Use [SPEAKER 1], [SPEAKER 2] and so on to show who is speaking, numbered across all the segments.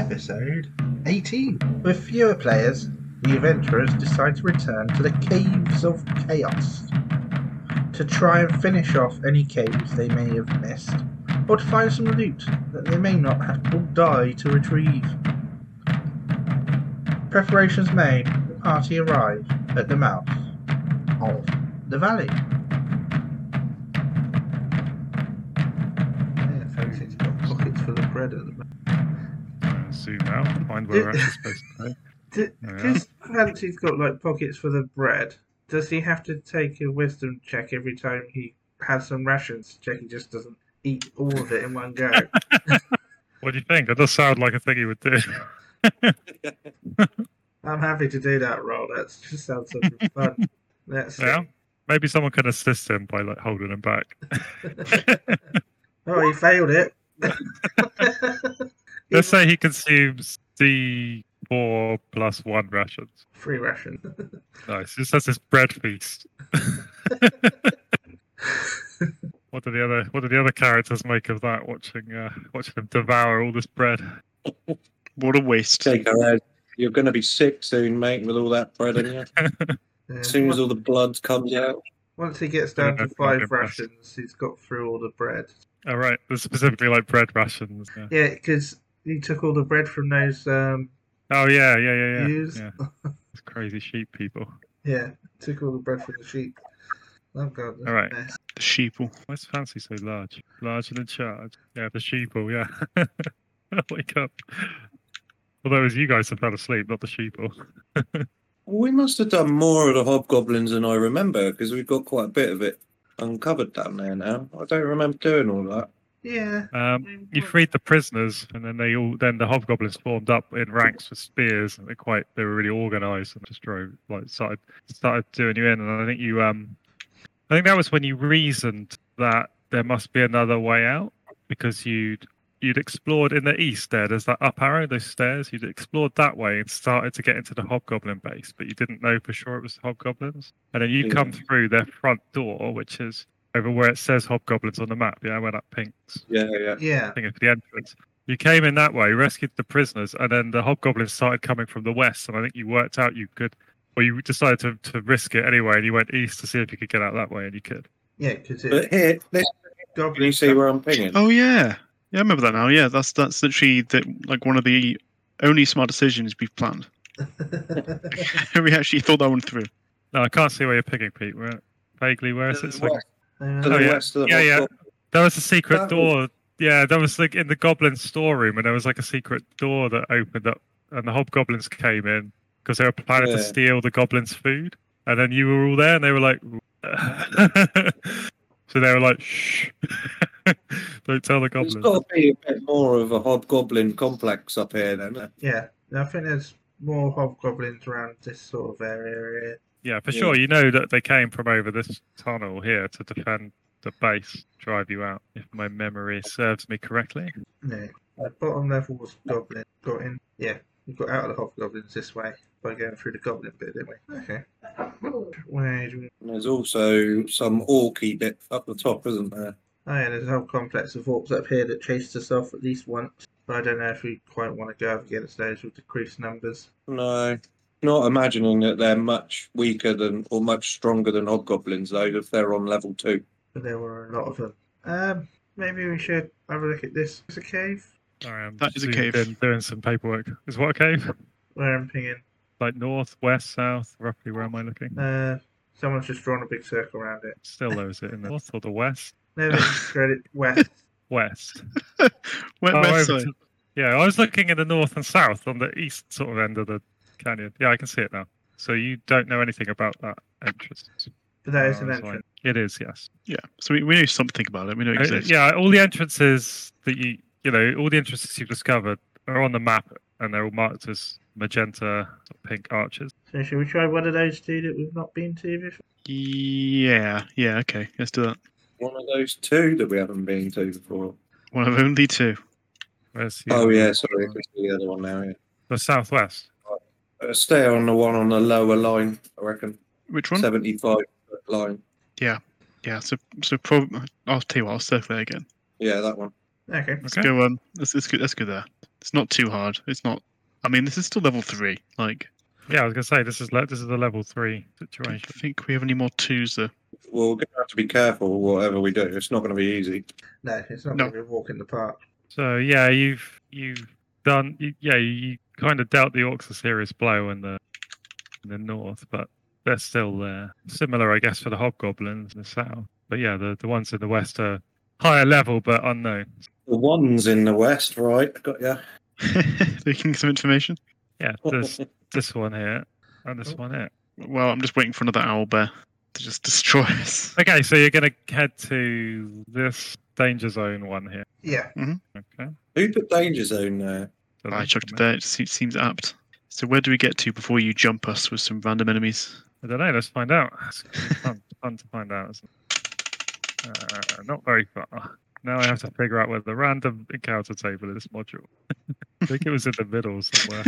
[SPEAKER 1] Episode 18.
[SPEAKER 2] With fewer players, the adventurers decide to return to the Caves of Chaos to try and finish off any caves they may have missed, or to find some loot that they may not have to die to retrieve. Preparations made, the party arrive at the mouth of the valley.
[SPEAKER 1] Yeah, folks, it's got pockets full of bread at the moment.
[SPEAKER 3] Uh, zoom out, find where we're actually supposed to go.
[SPEAKER 4] D-
[SPEAKER 3] Yeah.
[SPEAKER 4] Because Clancy's got like pockets for the bread, does he have to take a wisdom check every time he has some rations to check he just doesn't eat all of it in one go?
[SPEAKER 3] What do you think? That does sound like a thing you would do.
[SPEAKER 4] I'm happy to do that role. That just sounds sort of fun. Let's see.
[SPEAKER 3] Yeah. Maybe someone can assist him by like holding him back.
[SPEAKER 4] Oh, he failed it.
[SPEAKER 3] Let's say he consumes the four plus one rations.
[SPEAKER 4] Free ration.
[SPEAKER 3] Nice. Just has this bread feast. what do the other What do the other characters make of that? Watching uh, watching them devour all this bread.
[SPEAKER 5] What a waste.
[SPEAKER 6] Take her out. You're going to be sick soon, mate, with all that bread in you.
[SPEAKER 4] Yeah.
[SPEAKER 6] As soon as all the blood comes out.
[SPEAKER 4] Once he gets down to
[SPEAKER 3] I've been
[SPEAKER 4] five
[SPEAKER 3] impressed.
[SPEAKER 4] rations, he's got through all the bread.
[SPEAKER 3] All Oh, right. There's specifically like bread rations. Yeah.
[SPEAKER 4] Yeah, because he took all the bread from those. Um,
[SPEAKER 3] Oh yeah, yeah, yeah, yeah.
[SPEAKER 4] Use-
[SPEAKER 3] yeah. These crazy sheep people.
[SPEAKER 4] yeah, took all the bread from the sheep. Oh god, that's
[SPEAKER 3] All right.
[SPEAKER 4] a mess.
[SPEAKER 5] The sheeple.
[SPEAKER 3] Why's fancy so large? Larger than charge. Yeah, the sheeple, yeah. Wake up. Although it was you guys that fell asleep, not the sheeple.
[SPEAKER 6] We must have done more of the hobgoblins than I remember because we've got quite a bit of it uncovered down there now. I don't remember doing all that.
[SPEAKER 4] Yeah.
[SPEAKER 3] Um, you freed the prisoners, and then they all then the hobgoblins formed up in ranks with spears, and they quite they were really organised and just drove like started started doing you in. And I think you um, I think that was when you reasoned that there must be another way out because you'd you'd explored in the east there. There's that up arrow, those stairs. You'd explored that way and started to get into the hobgoblin base, but you didn't know for sure it was the hobgoblins. And then you
[SPEAKER 6] Yeah.
[SPEAKER 3] come through their front door, which is over where it says hobgoblins on the map. Yeah, where that pink's
[SPEAKER 6] Yeah, yeah.
[SPEAKER 4] Yeah.
[SPEAKER 3] thing at the entrance. You came in that way, rescued the prisoners, and then the hobgoblins started coming from the west. And I think you worked out you could, or you decided to, to risk it anyway, and you went east to see if you could get out that way, and you could.
[SPEAKER 4] Yeah, because
[SPEAKER 6] But
[SPEAKER 4] it
[SPEAKER 6] here, this, can you
[SPEAKER 4] goblins.
[SPEAKER 6] see where I'm pinging?
[SPEAKER 5] Oh yeah. Yeah, I remember that now. Yeah, that's that's literally the, like one of the only smart decisions we've planned. we actually thought that one through.
[SPEAKER 3] No, I can't see where you're picking, Pete. Where, vaguely, where
[SPEAKER 6] To
[SPEAKER 3] is
[SPEAKER 6] the
[SPEAKER 3] it? So-
[SPEAKER 6] west-
[SPEAKER 4] Uh,
[SPEAKER 6] to the
[SPEAKER 3] Oh, yeah.
[SPEAKER 6] west of the
[SPEAKER 3] Yeah, yeah.
[SPEAKER 6] hobgoblin.
[SPEAKER 3] There was a secret
[SPEAKER 6] That
[SPEAKER 3] door. Yeah, there was like in the goblin storeroom, and there was like a secret door that opened up, and the hobgoblins came in because they were planning
[SPEAKER 6] Yeah.
[SPEAKER 3] to steal the goblins' food. And then you were all there, and they were like, so they were like, shh, don't tell the goblins.
[SPEAKER 6] There's got to be a bit more of a hobgoblin complex up here, then. eh?
[SPEAKER 4] yeah. I think there's more hobgoblins around this sort of area. here.
[SPEAKER 3] Yeah, for
[SPEAKER 6] Yeah.
[SPEAKER 3] sure. You know that they came from over this tunnel here to defend the base, drive you out. If my memory serves me correctly.
[SPEAKER 4] No. The Uh, bottom level was goblin. Got in. Yeah. We got out of the hobgoblins this way by going through the goblin bit, didn't we? Okay. Where do we...
[SPEAKER 6] And there's also some orky bit up the top, isn't there?
[SPEAKER 4] Oh, yeah, there's a whole complex of orcs up here that chased us off at least once. But I don't know if we quite want to go up against those with decreased numbers.
[SPEAKER 6] No, not imagining that they're much weaker than or much stronger than hobgoblins though. If they're on level two,
[SPEAKER 4] But there were a lot of them. Um, maybe we should have a look at this. It's a cave.
[SPEAKER 3] Sorry, I'm
[SPEAKER 5] That is a
[SPEAKER 3] zoomed
[SPEAKER 5] cave.
[SPEAKER 3] in doing some paperwork. Is what a cave?
[SPEAKER 4] Where I'm pinging.
[SPEAKER 3] like north, west, south, roughly where am I looking?
[SPEAKER 4] Uh, someone's just drawn a big circle around it.
[SPEAKER 3] Still though, is it in the north or the west?
[SPEAKER 4] No, they just drew it west.
[SPEAKER 3] West.
[SPEAKER 5] Where,
[SPEAKER 3] Oh,
[SPEAKER 5] where
[SPEAKER 3] over
[SPEAKER 5] side?
[SPEAKER 3] to- yeah, I was looking in the north and south on the east sort of end of the canyon. Yeah, I can see it now. So you don't know anything about that entrance.
[SPEAKER 4] But that is
[SPEAKER 3] Oh,
[SPEAKER 4] an
[SPEAKER 3] that's
[SPEAKER 4] entrance.
[SPEAKER 3] right. It is, yes.
[SPEAKER 5] Yeah. So we, we know something about it. We know it
[SPEAKER 3] Uh,
[SPEAKER 5] exists.
[SPEAKER 3] Yeah, all the entrances that you you know, all the entrances you've discovered are on the map and they're all marked as magenta pink arches.
[SPEAKER 4] So should we try one of those two that we've not been to before?
[SPEAKER 5] Yeah. Yeah. Okay. Let's do that.
[SPEAKER 6] one of those two that we haven't been to before.
[SPEAKER 5] One of only two.
[SPEAKER 3] Where's
[SPEAKER 6] Oh yeah, sorry, I can see the other one now. Yeah.
[SPEAKER 3] the southwest.
[SPEAKER 6] Uh, stay on the one on the lower line, I reckon.
[SPEAKER 5] Which one?
[SPEAKER 6] Seventy-five foot line.
[SPEAKER 5] Yeah. So so prob- I'll tell you what. I'll circle there again.
[SPEAKER 6] Yeah, that one.
[SPEAKER 4] Okay.
[SPEAKER 5] Let's
[SPEAKER 3] Okay.
[SPEAKER 5] go. Um. Let's let's go, let's go there. It's not too hard. It's not. I mean, this is still level three. Like,
[SPEAKER 3] Yeah, I was gonna say this is le- this is a level three
[SPEAKER 5] I don't
[SPEAKER 3] situation.
[SPEAKER 5] think we have any more twos there.
[SPEAKER 6] Well, we're going to have to be careful whatever we do. It's not going to be easy.
[SPEAKER 4] No, it's not
[SPEAKER 5] No.
[SPEAKER 4] going to be a walk in the park.
[SPEAKER 3] So yeah, you've you've done you, yeah you, you kind of dealt the orcs a serious blow in the in the north, but they're still there. Similar, I guess, for the hobgoblins in the south. But yeah, the the ones in the west are higher level but unknown.
[SPEAKER 6] The ones in the west, right? Got ya.
[SPEAKER 5] Taking some information.
[SPEAKER 3] Yeah, this this one here and this one here.
[SPEAKER 5] Well, I'm just waiting for another owl bear to just destroy us.
[SPEAKER 3] Okay, so you're gonna head to this danger zone one here.
[SPEAKER 4] Yeah,
[SPEAKER 3] Okay.
[SPEAKER 6] Who put danger zone there?
[SPEAKER 3] So
[SPEAKER 5] I
[SPEAKER 3] this
[SPEAKER 5] chucked
[SPEAKER 3] one
[SPEAKER 5] it there. It se- seems apt. So where do we get to before you jump us with some random enemies?
[SPEAKER 3] I don't know. Let's find out. It's gonna be fun, fun to find out. Isn't it? Uh, not very far. Now I have to figure out where the random encounter table is. Module. I think it was in the middle somewhere.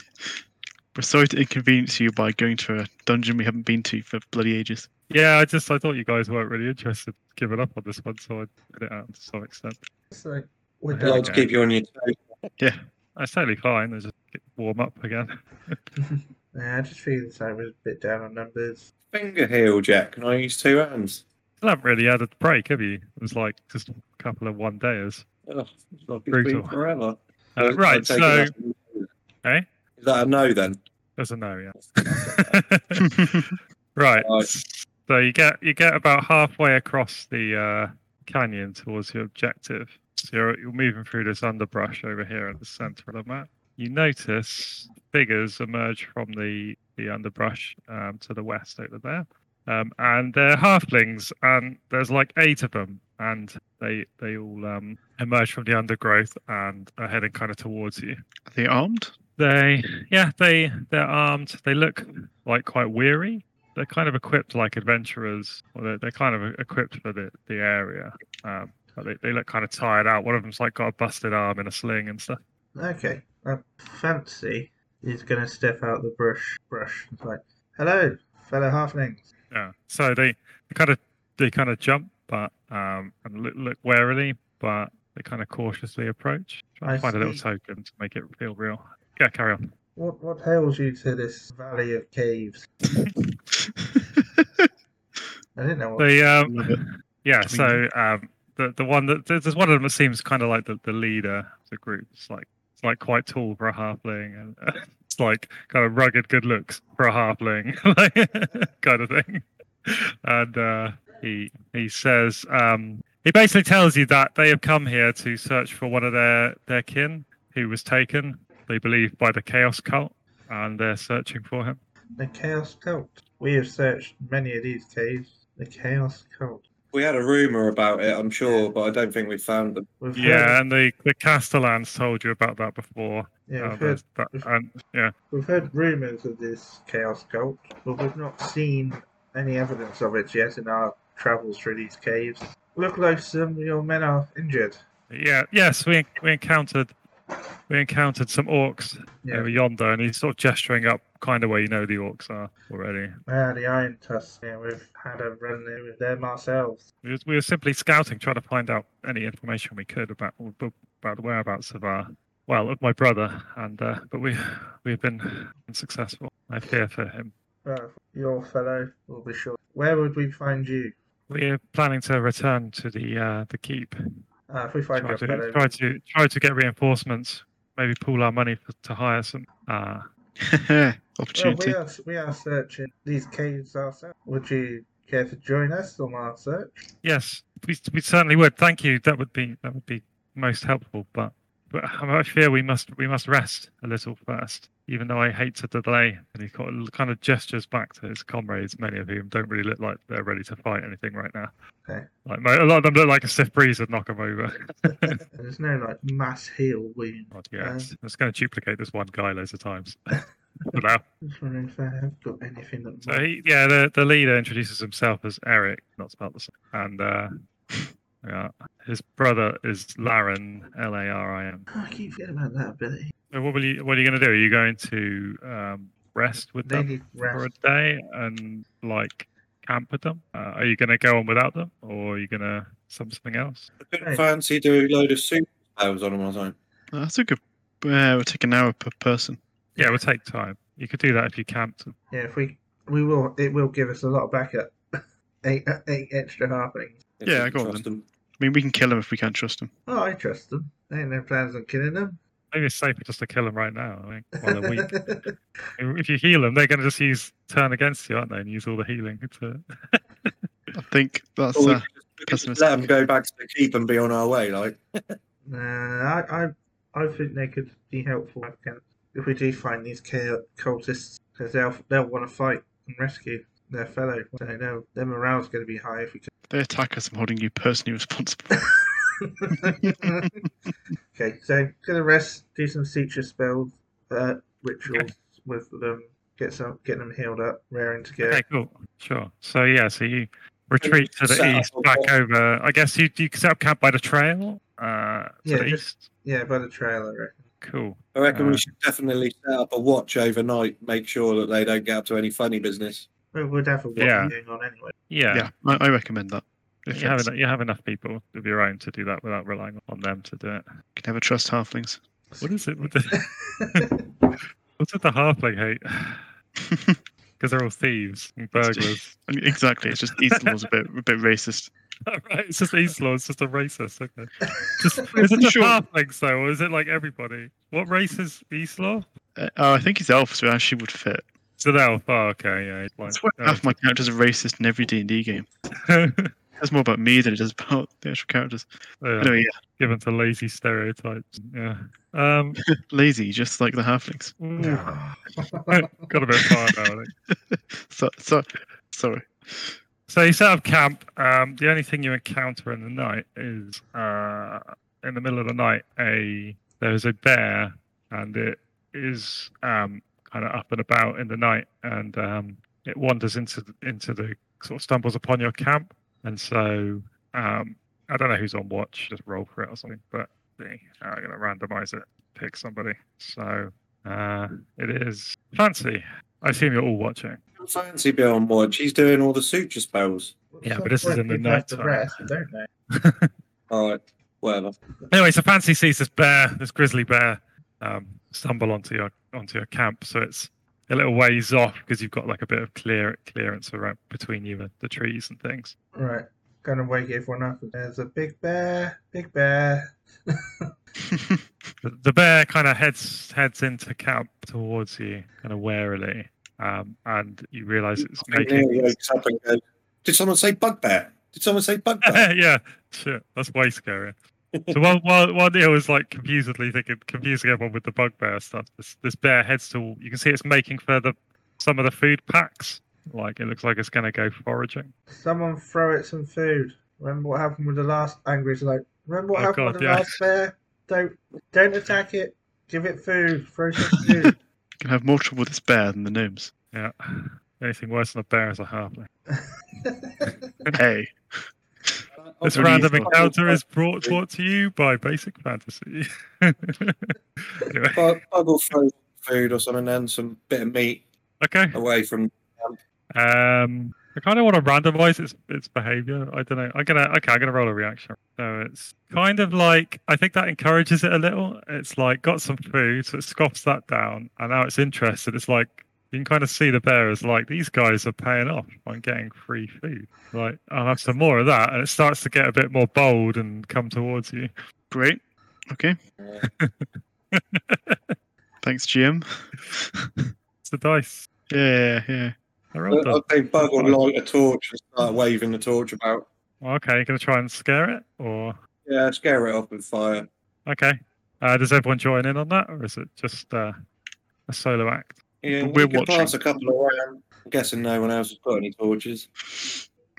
[SPEAKER 5] We're sorry to inconvenience you by going to a dungeon we haven't been to for bloody ages.
[SPEAKER 3] yeah, I just I thought you guys weren't really interested, giving up on this one, so I put it out to some extent.
[SPEAKER 4] it's like we're
[SPEAKER 6] I'd
[SPEAKER 3] Yeah.
[SPEAKER 4] done.
[SPEAKER 6] like to keep you on your toes.
[SPEAKER 3] That's totally fine. I just get warm up again.
[SPEAKER 4] Yeah, I just feel like we're a bit down on numbers.
[SPEAKER 6] Finger heel, Jack. Can I use two hands?
[SPEAKER 3] Still haven't really had a break, have you? It was like just a couple of one dayers.
[SPEAKER 6] Oh, it's like it's
[SPEAKER 3] Brutal.
[SPEAKER 6] been forever.
[SPEAKER 3] Uh,
[SPEAKER 6] I'll
[SPEAKER 3] right,
[SPEAKER 6] take it
[SPEAKER 3] so
[SPEAKER 6] as a-
[SPEAKER 3] Eh?
[SPEAKER 6] Is that a no then?
[SPEAKER 3] there's a no, yeah. Right.
[SPEAKER 6] Right.
[SPEAKER 3] So you get you get about halfway across the uh, canyon towards your objective. So you're, you're moving through this underbrush over here at the center of the map. You notice figures emerge from the the underbrush um, to the west over there, um, and they're halflings, and there's like eight of them, and they they all um, emerge from the undergrowth and are heading kind of towards you.
[SPEAKER 5] Are they armed?
[SPEAKER 3] They, yeah, they they're armed. They look like quite weary. They're kind of equipped like adventurers, or they're, they're kind of equipped for the the area. Um, but they, they look kind of tired out. One of them's like got a busted arm in a sling and stuff.
[SPEAKER 4] Okay, I fancy he's going to step out the brush. Brush. It's like, hello, fellow halflings.
[SPEAKER 3] Yeah. So they, they kind of they kind of jump, but um, and look, look warily, but they kind of cautiously approach. Try and
[SPEAKER 4] I
[SPEAKER 3] find a little
[SPEAKER 4] see.
[SPEAKER 3] token to make it feel real. Yeah, carry on.
[SPEAKER 4] What what hails you to this valley of caves? I didn't know what.
[SPEAKER 3] They um,
[SPEAKER 5] Love it.
[SPEAKER 3] Yeah,
[SPEAKER 5] Between
[SPEAKER 3] so um, the the one that there's there's one of them that seems kind of like the, the leader of the group. It's like it's like quite tall for a halfling, and it's like kind of rugged good looks for a halfling, like, kind of thing. And uh, he he says um, he basically tells you that they have come here to search for one of their their kin who was taken, they believe, by the Chaos Cult, and they're searching for him.
[SPEAKER 4] The Chaos Cult. We have searched many of these caves. The Chaos Cult.
[SPEAKER 6] We had a rumor about it, I'm sure, but I don't think we found them.
[SPEAKER 4] We've
[SPEAKER 3] Yeah,
[SPEAKER 4] Heard,
[SPEAKER 3] and the the Castellans told you about that before.
[SPEAKER 4] yeah,
[SPEAKER 3] Uh,
[SPEAKER 4] we've heard,
[SPEAKER 3] there's that, and yeah.
[SPEAKER 4] we've heard rumours of this Chaos Cult, but we've not seen any evidence of it yet in our travels through these caves. Look like some of your men are injured.
[SPEAKER 3] Yeah. Yes, we we encountered we encountered some orcs
[SPEAKER 4] Yeah.
[SPEAKER 3] over yonder, and he's sort of gesturing up, kind of where you know the orcs are already.
[SPEAKER 4] Ah, the Iron Tusks. Yeah, we've had a run in with them ourselves.
[SPEAKER 3] We was- we were simply scouting, trying to find out any information we could about about the whereabouts of our well, of my brother, and uh, but we we've been unsuccessful. I fear for him.
[SPEAKER 4] Well, your fellow will be sure. Where would we find you?
[SPEAKER 3] We're planning to return to the uh, the keep.
[SPEAKER 4] Uh, if we find
[SPEAKER 3] Try
[SPEAKER 4] your
[SPEAKER 3] to,
[SPEAKER 4] fellow,
[SPEAKER 3] try to try to get reinforcements. Maybe pool our money for, to hire some. Uh,
[SPEAKER 4] well,
[SPEAKER 5] Opportunity.
[SPEAKER 4] we are we are searching these caves ourselves. Would you care to join us on our search?
[SPEAKER 3] Yes, we, we certainly would. Thank you. That would be that would be most helpful. But but I fear we must we must rest a little first. Even though I hate to delay, and he got- kind of gestures back to his comrades, many of whom don't really look like they're ready to fight anything right now.
[SPEAKER 4] Okay.
[SPEAKER 3] Like mo- a lot of them look like a stiff breeze would knock them over.
[SPEAKER 4] There's no like mass heal wound.
[SPEAKER 3] God, Oh, yes, it's going to duplicate this one guy loads of times. For now.
[SPEAKER 4] Um, Just wondering if I have got anything that.
[SPEAKER 3] So he, yeah, the, the leader introduces himself as Eric, not spelled the same, and uh, yeah, his brother is Laren, L A R I N.
[SPEAKER 4] Oh, I keep forgetting about that ability.
[SPEAKER 3] So what will you? What are you going to do? Are you going to um, rest with
[SPEAKER 4] They
[SPEAKER 3] them
[SPEAKER 4] need
[SPEAKER 3] for a
[SPEAKER 4] rest.
[SPEAKER 3] day and like camp with them? Uh, are you going to go on without them, or are you going to something else?
[SPEAKER 6] I couldn't
[SPEAKER 4] Right.
[SPEAKER 6] fancy doing a load of superpowers on them or something.
[SPEAKER 5] That's a good Uh, we'll take an hour per person.
[SPEAKER 3] Yeah, it would take time. You could do that if you camped.
[SPEAKER 4] Yeah, if we we will, it will give us a lot back at eight, uh, eight extra halflings.
[SPEAKER 6] If
[SPEAKER 5] Yeah,
[SPEAKER 6] we
[SPEAKER 5] go on
[SPEAKER 6] trust them.
[SPEAKER 5] I mean, we can kill him if we can't trust him.
[SPEAKER 4] Oh, I trust them. They ain't no plans on killing them.
[SPEAKER 3] Maybe it's safer just to kill them right now. I think while they're weak. if you heal them, they're going to just use turn against you, aren't they? And use all the healing to.
[SPEAKER 5] I think that's.
[SPEAKER 6] Or we
[SPEAKER 5] Uh,
[SPEAKER 6] could just- we could just
[SPEAKER 5] pessimistic.
[SPEAKER 6] let them go back to the keep and be on our way. Like,
[SPEAKER 4] nah, I, I I think they could be helpful if we can- if we do find these chao- cultists because they'll they'll want to fight and rescue their fellow. So they'll- their morale's going to be high if we
[SPEAKER 5] if they attack us. I'm holding you personally responsible.
[SPEAKER 4] can. okay, so gonna rest, do some suture spells, uh, rituals with them, get some get them healed up, raring to go.
[SPEAKER 3] Okay, cool. Sure. So yeah, so you retreat to the
[SPEAKER 6] Set up
[SPEAKER 3] east,
[SPEAKER 6] a
[SPEAKER 3] back
[SPEAKER 6] walk.
[SPEAKER 3] over. I guess you you set up camp by the trail. Uh, to
[SPEAKER 4] Yeah,
[SPEAKER 3] the
[SPEAKER 4] just-
[SPEAKER 3] east.
[SPEAKER 4] Yeah, by the trail, I reckon.
[SPEAKER 3] Cool.
[SPEAKER 6] I reckon
[SPEAKER 3] Uh.
[SPEAKER 6] we should definitely set up a watch overnight, make sure that they don't get up to any funny business.
[SPEAKER 4] We would have a lot
[SPEAKER 3] Yeah.
[SPEAKER 4] going on anyway.
[SPEAKER 3] Yeah.
[SPEAKER 5] yeah, I, I recommend that. If
[SPEAKER 3] You have,
[SPEAKER 5] that's-
[SPEAKER 3] enough, you have enough people of your own to do that without relying on them to do it.
[SPEAKER 5] you can never trust halflings.
[SPEAKER 3] What is it with the what's with the halfling hate? Because they're all thieves and burglars.
[SPEAKER 5] I mean, exactly. It's just East Law's a bit a bit racist.
[SPEAKER 3] right, it's just Eastlaw, it's just a racist. Okay. Just, is it just
[SPEAKER 5] Sure.
[SPEAKER 3] halflings though, or is it like everybody? What race is Eastlaw?
[SPEAKER 5] Uh, oh, I think he's elf, so he actually would fit.
[SPEAKER 3] It's an elf. Oh, okay, yeah. Oh. it's
[SPEAKER 5] That's why
[SPEAKER 3] like-
[SPEAKER 5] half my characters are racist in every D and D game.
[SPEAKER 3] oh.
[SPEAKER 5] That's more about me than it is about the actual characters.
[SPEAKER 3] Yeah,
[SPEAKER 5] Anyway, yeah,
[SPEAKER 3] Given to lazy stereotypes. Yeah. Um,
[SPEAKER 5] lazy, just like the halflings.
[SPEAKER 3] ooh, got a bit far now. I think.
[SPEAKER 5] So, so, sorry.
[SPEAKER 3] So you set up camp. Um, the only thing you encounter in the night is, uh, in the middle of the night, a there is a bear, and it is um, kind of up and about in the night, and um, it wanders into the- into the sort of stumbles upon your camp, and so um, I don't know who's on watch. Just roll for it or something, but the- I'm gonna randomize it. Pick somebody. So uh, it is fancy. I assume you're all watching.
[SPEAKER 6] Fancy being on watch. He's doing all the suture spells.
[SPEAKER 3] Yeah, but this is in the
[SPEAKER 2] People have
[SPEAKER 3] night
[SPEAKER 2] to
[SPEAKER 3] time.
[SPEAKER 2] rest, don't they?
[SPEAKER 6] All right, whatever.
[SPEAKER 3] Anyway, so Fancy sees this bear, this grizzly bear, um, stumble onto your onto your camp. So it's a little ways off because you've got like a bit of clear clearance around between you and the trees and things.
[SPEAKER 4] Right, gonna wake everyone up. There's a big bear, big bear.
[SPEAKER 3] The, the bear kind of heads heads into camp towards you, kind of warily, um, and you realise it's
[SPEAKER 6] And then he
[SPEAKER 3] making.
[SPEAKER 6] wakes up and goes, Did someone say bugbear? Did someone say bugbear?
[SPEAKER 3] yeah, shit, that's way scarier. So while while, while Neil was like confusedly thinking, confusing everyone with the bugbear stuff, this this bear heads to. You can see it's making further some of the food packs. Like it looks like it's gonna go foraging.
[SPEAKER 4] Someone throw it some food. Remember what happened with the last angry like remember what
[SPEAKER 3] Oh,
[SPEAKER 4] happened
[SPEAKER 3] God,
[SPEAKER 4] with the
[SPEAKER 3] yeah.
[SPEAKER 4] last bear? Don't don't attack it. Give it food. Throw some food.
[SPEAKER 5] Can have more trouble with this bear than the gnomes.
[SPEAKER 3] Yeah. Anything worse than a bear is a halfling.
[SPEAKER 5] hey,
[SPEAKER 3] This
[SPEAKER 5] Oh,
[SPEAKER 3] random
[SPEAKER 5] Jesus.
[SPEAKER 3] encounter is brought brought to you by Basic Fantasy. anyway,
[SPEAKER 6] Bug will throw food or something and some bit of meat
[SPEAKER 3] okay.
[SPEAKER 6] away from.
[SPEAKER 3] Um, I kind of want to randomize its its behavior. I don't know. I'm gonna okay. I'm gonna roll a reaction. So it's kind of like I think that encourages it a little. It's like got some food, so it scoffs that down, and now it's interested. It's like you can kind of see the bear is like these guys are paying off on getting free food. Like I'll have some more of that, and it starts to get a bit more bold and come towards you.
[SPEAKER 5] great. Okay, thanks, GM.
[SPEAKER 3] It's the dice.
[SPEAKER 5] yeah, yeah.
[SPEAKER 3] I rolled
[SPEAKER 6] I
[SPEAKER 3] them.
[SPEAKER 6] think Bug will light a torch and start waving the torch about.
[SPEAKER 3] Okay, you're gonna try and scare it, or
[SPEAKER 6] Yeah, scare it off with fire.
[SPEAKER 3] okay. Uh, does everyone join in on that, or is it just uh, a solo act?
[SPEAKER 6] Yeah,
[SPEAKER 5] But
[SPEAKER 6] we
[SPEAKER 5] we're
[SPEAKER 6] could
[SPEAKER 5] watching.
[SPEAKER 6] pass a couple around. I'm guessing no one else has got any torches.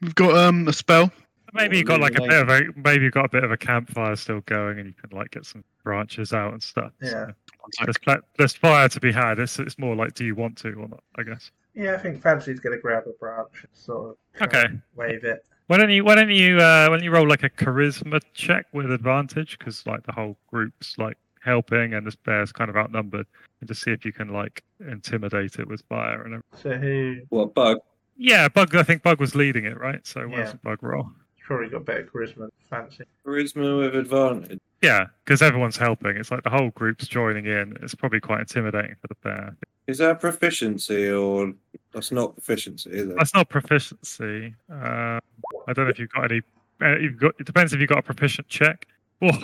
[SPEAKER 5] We've got um a spell.
[SPEAKER 3] Maybe
[SPEAKER 6] Or
[SPEAKER 3] you got like a bit
[SPEAKER 6] illuminate.
[SPEAKER 3] of a maybe you got a bit of a campfire still going, and you can like get some branches out and stuff.
[SPEAKER 4] Yeah.
[SPEAKER 3] So there's, pla- there's fire to be had. It's it's more like, do you want to or not? I guess.
[SPEAKER 4] yeah, I think Fancy's gonna grab a branch and sort of try
[SPEAKER 3] Okay.
[SPEAKER 4] and wave it.
[SPEAKER 3] Why don't you Why don't you uh, Why don't you roll like a charisma check with advantage because like the whole group's like helping, and this bear's kind of outnumbered, and just see if you can like intimidate it with fire. And everything.
[SPEAKER 4] So who
[SPEAKER 6] What, Bug?
[SPEAKER 3] yeah, Bug. I think Bug was leading it, right? So
[SPEAKER 4] Yeah.
[SPEAKER 3] where's the Bug roll?
[SPEAKER 4] probably got better charisma than fancy.
[SPEAKER 6] Charisma with advantage.
[SPEAKER 3] Yeah, because everyone's helping. It's like the whole group's joining in. It's probably quite intimidating for the bear.
[SPEAKER 6] Is that proficiency or that's not proficiency, is it?
[SPEAKER 3] That's not proficiency. Uh, I don't know if you've got any. uh, You've got. It depends if you've got a proficient check. Well,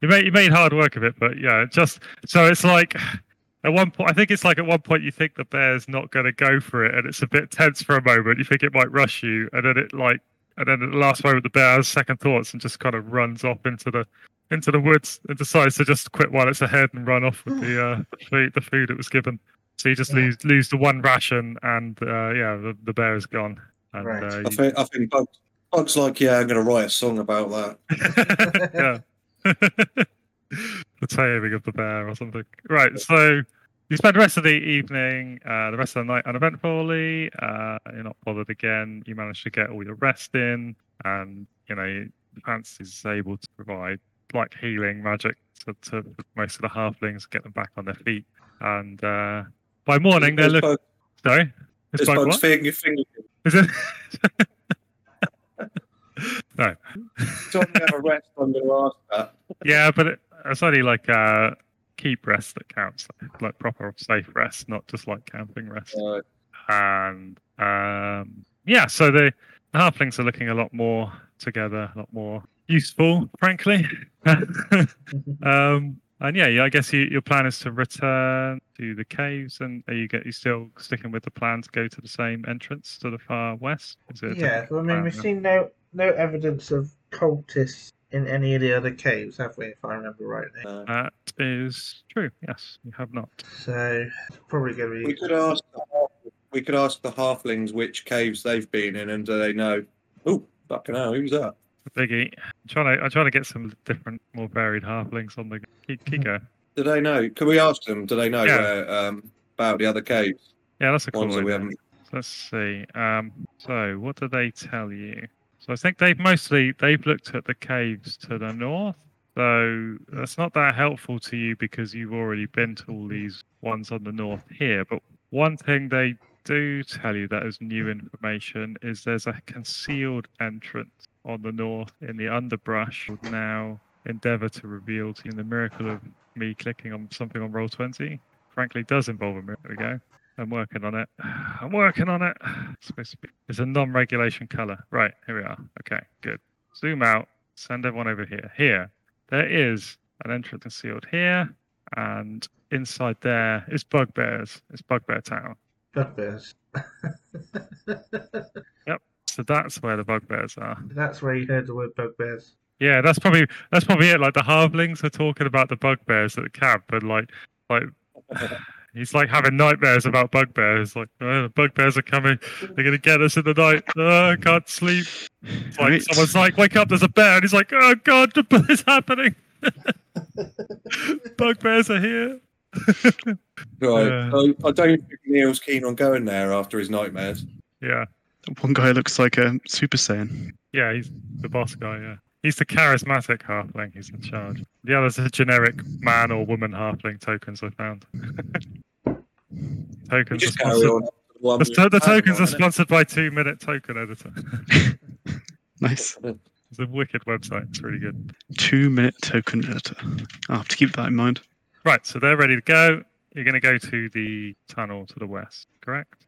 [SPEAKER 3] you made you made hard work of it, but yeah, it just so it's like at one point. I think it's like at one point you think the bear's not going to go for it, and it's a bit tense for a moment. You think it might rush you, and then it like, and then at the last moment the bear has second thoughts and just kind of runs off into the into the woods and decides to just quit while it's ahead and run off with the uh, the food the food it was given. So you just
[SPEAKER 4] Yeah.
[SPEAKER 3] lose lose the one ration, and uh, yeah, the, the bear is gone. And,
[SPEAKER 4] Right.
[SPEAKER 3] uh,
[SPEAKER 6] I think I think Bugs, Bugs like, yeah, I'm gonna write a song about that.
[SPEAKER 3] yeah. the taming of the bear or something. Right, so you spend the rest of the evening, uh, the rest of the night uneventfully. Uh, you're not bothered again. You manage to get all your rest in, and you know Pants is able to provide like healing magic to, to most of the halflings, get them back on their feet. And uh, by morning, they're
[SPEAKER 6] Is
[SPEAKER 3] looking.
[SPEAKER 6] Bugs-
[SPEAKER 3] Sorry,
[SPEAKER 6] is
[SPEAKER 3] like
[SPEAKER 6] Bugs
[SPEAKER 3] what?
[SPEAKER 6] finger, finger.
[SPEAKER 3] Is it? no.
[SPEAKER 6] Tell me to have a rest. I'm gonna ask that.
[SPEAKER 3] yeah, but it, it's only like uh, keep rest that counts, like, like proper safe rest, not just like camping rest.
[SPEAKER 6] Uh,
[SPEAKER 3] And um, yeah, so the, the halflings are looking a lot more together, a lot more useful, frankly. um, and yeah, yeah, I guess you, your plan is to return to the caves, and are you get you still sticking with the plan to go to the same entrance to the far west? Is it a
[SPEAKER 4] Yeah, I
[SPEAKER 3] different
[SPEAKER 4] mean,
[SPEAKER 3] plan?
[SPEAKER 4] we've seen no no evidence of cultists in any of the other caves, have we? If I remember rightly.
[SPEAKER 6] no.
[SPEAKER 3] that is true. Yes, you have not.
[SPEAKER 4] So it's probably going to
[SPEAKER 6] We
[SPEAKER 4] be.
[SPEAKER 6] could ask. The half- we could ask the halflings which caves they've been in, and do they know? Oh, fucking hell, who's that?
[SPEAKER 3] Biggie. I'm trying to I'm trying to get some different, more varied halflings on the keep,
[SPEAKER 6] Mm-hmm.
[SPEAKER 3] keep going.
[SPEAKER 6] Do they know? Can we ask them? Do they know
[SPEAKER 3] Yeah.
[SPEAKER 6] where, um, about the other caves?
[SPEAKER 3] Yeah, that's a cool
[SPEAKER 6] Ones that we
[SPEAKER 3] idea.
[SPEAKER 6] haven't.
[SPEAKER 3] Let's see. Um, so what do they tell you? So I think they've mostly they've looked at the caves to the north. So that's not that helpful to you because you've already been to all these ones on the north here. But one thing they do tell you that is new information is there's a concealed entrance on the north in the underbrush. Would Now endeavour to reveal to you the miracle of me clicking on something on roll twenty. Frankly, does involve a miracle. There we go. I'm working on it. I'm working on it. It's supposed to be. It's a non-regulation color. Right here we are. Okay, good. Zoom out. Send everyone over here. Here, there is an entrance concealed here, and inside there is Bugbears. It's Bugbear Town.
[SPEAKER 4] Bugbears.
[SPEAKER 3] So that's where the Bugbears are.
[SPEAKER 4] That's where you heard the word bugbears.
[SPEAKER 3] Yeah, that's probably that's probably it. Like the halflings are talking about the bugbears at the camp, and like like he's like having nightmares about bugbears. Like oh, the bugbears are coming, they're gonna get us in the night. Oh, I can't sleep. It's like
[SPEAKER 5] Right.
[SPEAKER 3] someone's like, wake up, there's a bear, and he's like, oh god, the bear's happening. bugbears are here.
[SPEAKER 6] Right.
[SPEAKER 3] Yeah.
[SPEAKER 6] So I don't think Neil's keen on going there after his nightmares.
[SPEAKER 3] yeah,
[SPEAKER 5] One guy looks like a Super Saiyan.
[SPEAKER 3] yeah, he's the boss guy. Yeah, he's the charismatic halfling. He's in charge. The other's a generic man or woman halfling tokens I found.
[SPEAKER 6] We
[SPEAKER 3] tokens.
[SPEAKER 6] just
[SPEAKER 3] are
[SPEAKER 6] carry
[SPEAKER 3] sponsored-
[SPEAKER 6] on. One
[SPEAKER 3] The, to- the
[SPEAKER 6] with-
[SPEAKER 3] tokens are
[SPEAKER 6] Hang on,
[SPEAKER 3] sponsored by Two Minute Token Editor.
[SPEAKER 5] Nice.
[SPEAKER 3] It's a wicked website. It's really good.
[SPEAKER 5] Two minute token editor. I'll have to keep that in mind.
[SPEAKER 3] Right, so they're ready to go. You're going to go to the tunnel to the west, correct?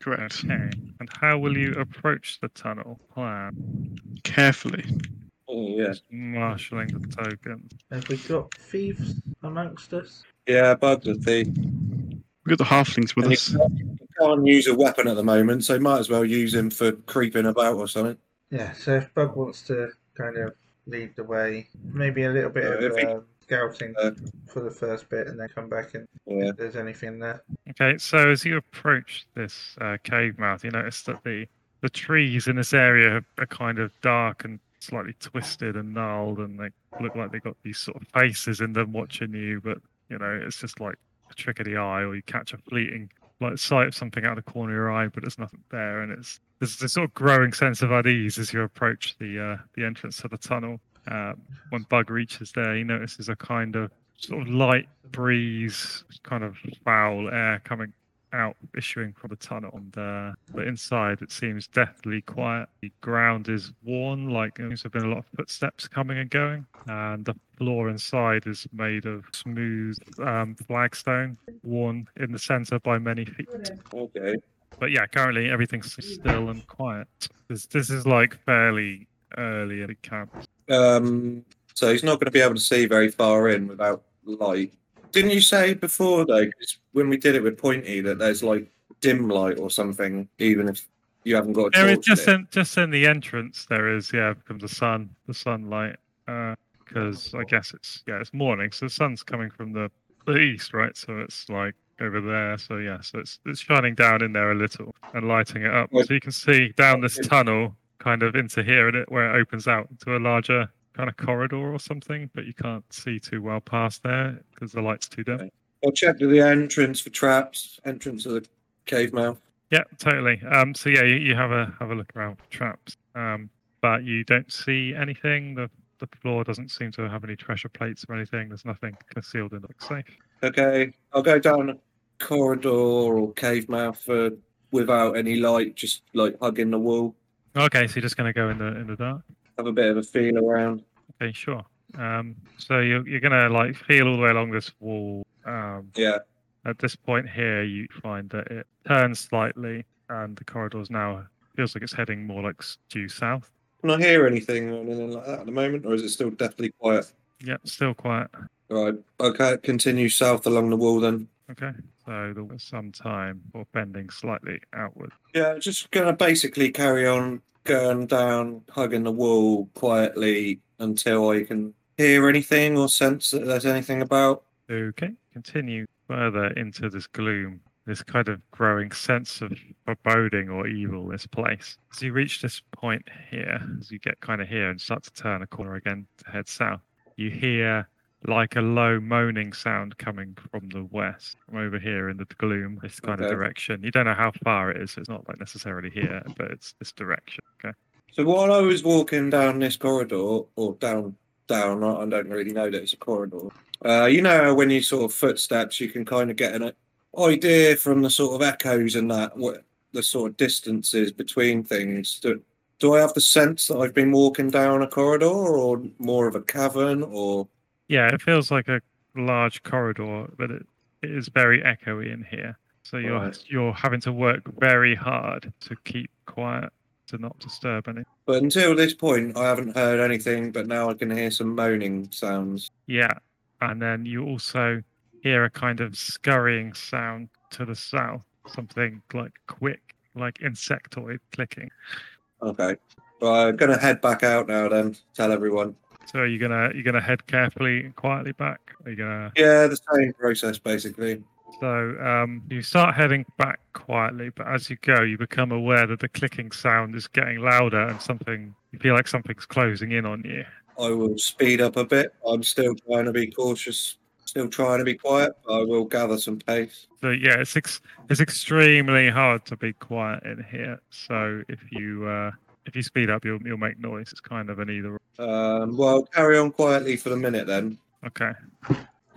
[SPEAKER 5] Correct.
[SPEAKER 3] Okay. And how will you approach the tunnel plan?
[SPEAKER 5] Carefully.
[SPEAKER 6] isn't it? Yeah.
[SPEAKER 3] Just marshalling the tokens.
[SPEAKER 4] Have we got thieves amongst us?
[SPEAKER 6] Yeah, Bugs a thief.
[SPEAKER 5] We've got the halflings with
[SPEAKER 6] And
[SPEAKER 5] us.
[SPEAKER 6] he, can't, he can't use a weapon at the moment, so might as well use him for creeping about or something.
[SPEAKER 4] Yeah. So if Bug wants to kind of lead the way, maybe a little bit
[SPEAKER 6] Yeah,
[SPEAKER 4] of
[SPEAKER 6] Uh, if he-
[SPEAKER 4] um, scouting
[SPEAKER 6] Uh,
[SPEAKER 4] for the first bit, and then come back and
[SPEAKER 6] Yeah.
[SPEAKER 4] if there's anything there.
[SPEAKER 3] Okay, so as you approach this uh, cave mouth, you notice that the, the trees in this area are kind of dark and slightly twisted and gnarled, and they look like they've got these sort of faces in them watching you, but you know, it's just like a trick of the eye, or you catch a fleeting like sight of something out of the corner of your eye, but there's nothing there, and it's there's this sort of growing sense of unease as you approach the uh, the entrance to the tunnel. Uh, when Bug reaches there, he notices a kind of sort of light breeze, kind of foul air coming out issuing from the tunnel on there. But inside, it seems deathly quiet. The ground is worn, like there seems to have been a lot of footsteps coming and going. And the floor inside is made of smooth um, flagstone, worn in the center by many feet.
[SPEAKER 6] Okay.
[SPEAKER 3] But yeah, currently everything's still and quiet. This, this is like fairly early in the camp.
[SPEAKER 6] Um, so he's not going to be able to see very far in without light. Didn't you say before though, 'cause when we did it with Pointy, that there's like dim light or something, even if you haven't got a
[SPEAKER 3] There is
[SPEAKER 6] torch
[SPEAKER 3] just
[SPEAKER 6] lit?
[SPEAKER 3] in just in the entrance. There is yeah, comes the sun, the sunlight. Because I guess it's yeah, it's morning, so the sun's coming from the, the east, right? So it's like over there. So yeah, so it's it's shining down in there a little and lighting it up,
[SPEAKER 6] Well-
[SPEAKER 3] so you can see down this tunnel kind of into here and it where it opens out to a larger kind of corridor or something, but you can't see too well past there because the light's too dim.
[SPEAKER 6] Okay. I'll check the entrance for traps, entrance of the cave mouth.
[SPEAKER 3] Yeah, totally. Um, so yeah, you, you have a have a look around for traps, um, but you don't see anything. The the floor doesn't seem to have any treasure plates or anything. There's nothing concealed in the safe.
[SPEAKER 6] Okay, I'll go down a corridor or cave mouth uh, without any light, just like hugging the wall,
[SPEAKER 3] Okay, so you're just gonna go in the in the dark.
[SPEAKER 6] have a bit of a feel around.
[SPEAKER 3] Okay, sure. Um, so you're you're gonna like feel all the way along this wall. Um,
[SPEAKER 6] Yeah.
[SPEAKER 3] at this point here, you find that it turns slightly, and the corridor's now feels like it's heading more like s- due south.
[SPEAKER 6] Can I hear anything or anything like that at the moment, or is it still deathly quiet?
[SPEAKER 3] Yeah, still quiet.
[SPEAKER 6] Right. Okay, continue south along the wall then.
[SPEAKER 3] Okay, so there was some time or bending slightly outward.
[SPEAKER 6] Yeah, just gonna basically carry on going down, hugging the wall quietly until I can hear anything or sense that there's anything about.
[SPEAKER 3] Okay, continue further into this gloom, this kind of growing sense of foreboding or evil, this place. As you reach this point here, as you get kind of here and start to turn a corner again to head south, you hear like a low moaning sound coming from the west, from over here in the gloom, this kind
[SPEAKER 6] Okay.
[SPEAKER 3] of direction. You don't know how far it is, it's not like necessarily here, but it's this direction. Okay.
[SPEAKER 6] So while I was walking down this corridor, or down, down, I I don't really know that it's a corridor. Uh, you know, how when you sort of footsteps, you can kind of get an idea from the sort of echoes and that, what the sort of distances between things. Do, do I have the sense that I've been walking down a corridor or more of a cavern or?
[SPEAKER 3] Yeah, it feels like a large corridor, but it, it is very echoey in here. So you're
[SPEAKER 6] Right.
[SPEAKER 3] you're having to work very hard to keep quiet, to not disturb any.
[SPEAKER 6] But until this point, I haven't heard anything, but now I can hear some moaning sounds.
[SPEAKER 3] Yeah, and then you also hear a kind of scurrying sound to the south, something like quick, like insectoid clicking.
[SPEAKER 6] Okay. Well, I'm going to head back out now then, tell everyone.
[SPEAKER 3] So are you gonna you're gonna head carefully and quietly back? Are you gonna
[SPEAKER 6] Yeah, the same process basically.
[SPEAKER 3] So um, you start heading back quietly, but as you go, you become aware that the clicking sound is getting louder and something, you feel like something's closing in on you.
[SPEAKER 6] I will speed up a bit. I'm still trying to be cautious, still trying to be quiet. But I will gather some pace.
[SPEAKER 3] So yeah, it's, ex- it's extremely hard to be quiet in here. So if you uh, if you speed up, you'll, you'll make noise. It's kind of an either. or.
[SPEAKER 6] Um, well, I'll carry on quietly for the minute then,
[SPEAKER 3] Okay.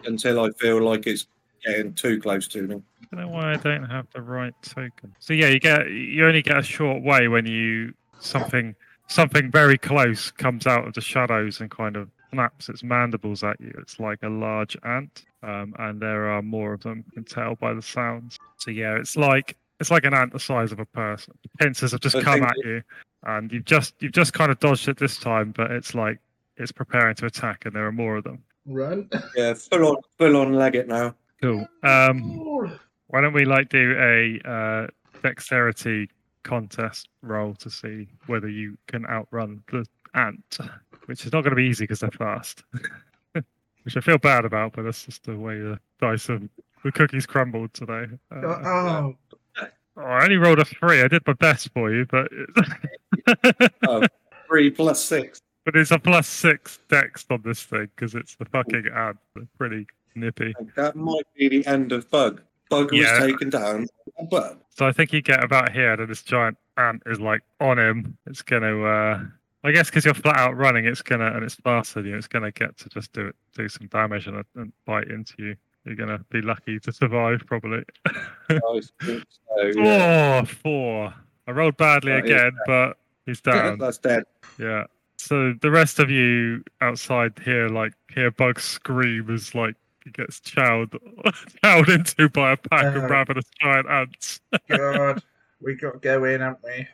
[SPEAKER 6] until I feel like it's getting too close to me.
[SPEAKER 3] I don't know why I don't have the right token. So yeah, you get you only get a short way when you something something very close comes out of the shadows and kind of snaps its mandibles at you. It's like a large ant, um, and there are more of them. You can tell by the sounds. So yeah, it's like it's like an ant the size of a person. The pincers have just
[SPEAKER 6] I
[SPEAKER 3] come
[SPEAKER 6] think
[SPEAKER 3] at you, and you've just you've just kind of dodged it this time, but it's like it's preparing to attack, and there are more of them.
[SPEAKER 4] Run.
[SPEAKER 6] Yeah, full on, full on leg it now.
[SPEAKER 3] Cool. Um,
[SPEAKER 4] Oh,
[SPEAKER 3] Why don't we like do a uh, dexterity contest roll to see whether you can outrun the ant, which is not going to be easy because they're fast. which I feel bad about, but that's just the way the dice and the cookies crumbled today. Uh,
[SPEAKER 4] oh,
[SPEAKER 3] oh, I only rolled a three. I did my best for you, but
[SPEAKER 6] Three plus six.
[SPEAKER 3] but it's a plus six dex on this thing because it's the fucking ant. They're pretty nippy.
[SPEAKER 6] That might be the end of bug. Bug
[SPEAKER 3] Yeah.
[SPEAKER 6] was taken down. But
[SPEAKER 3] So I think you get about here, and this giant ant is like on him. It's gonna, uh, I guess, because you're flat out running, it's gonna, and it's faster than you. It's gonna get to just do it, do some damage and, and bite into you. You're gonna be lucky to survive, probably.
[SPEAKER 6] I think so. yeah.
[SPEAKER 3] Four, four. I rolled badly
[SPEAKER 6] That is
[SPEAKER 3] again, but he's down.
[SPEAKER 6] That's dead.
[SPEAKER 3] Yeah. So the rest of you outside here, like, hear Bug scream as like he gets chowed, chowed into by a pack
[SPEAKER 4] Uh,
[SPEAKER 3] of ravenous giant ants.
[SPEAKER 4] God, we got to go in, haven't we?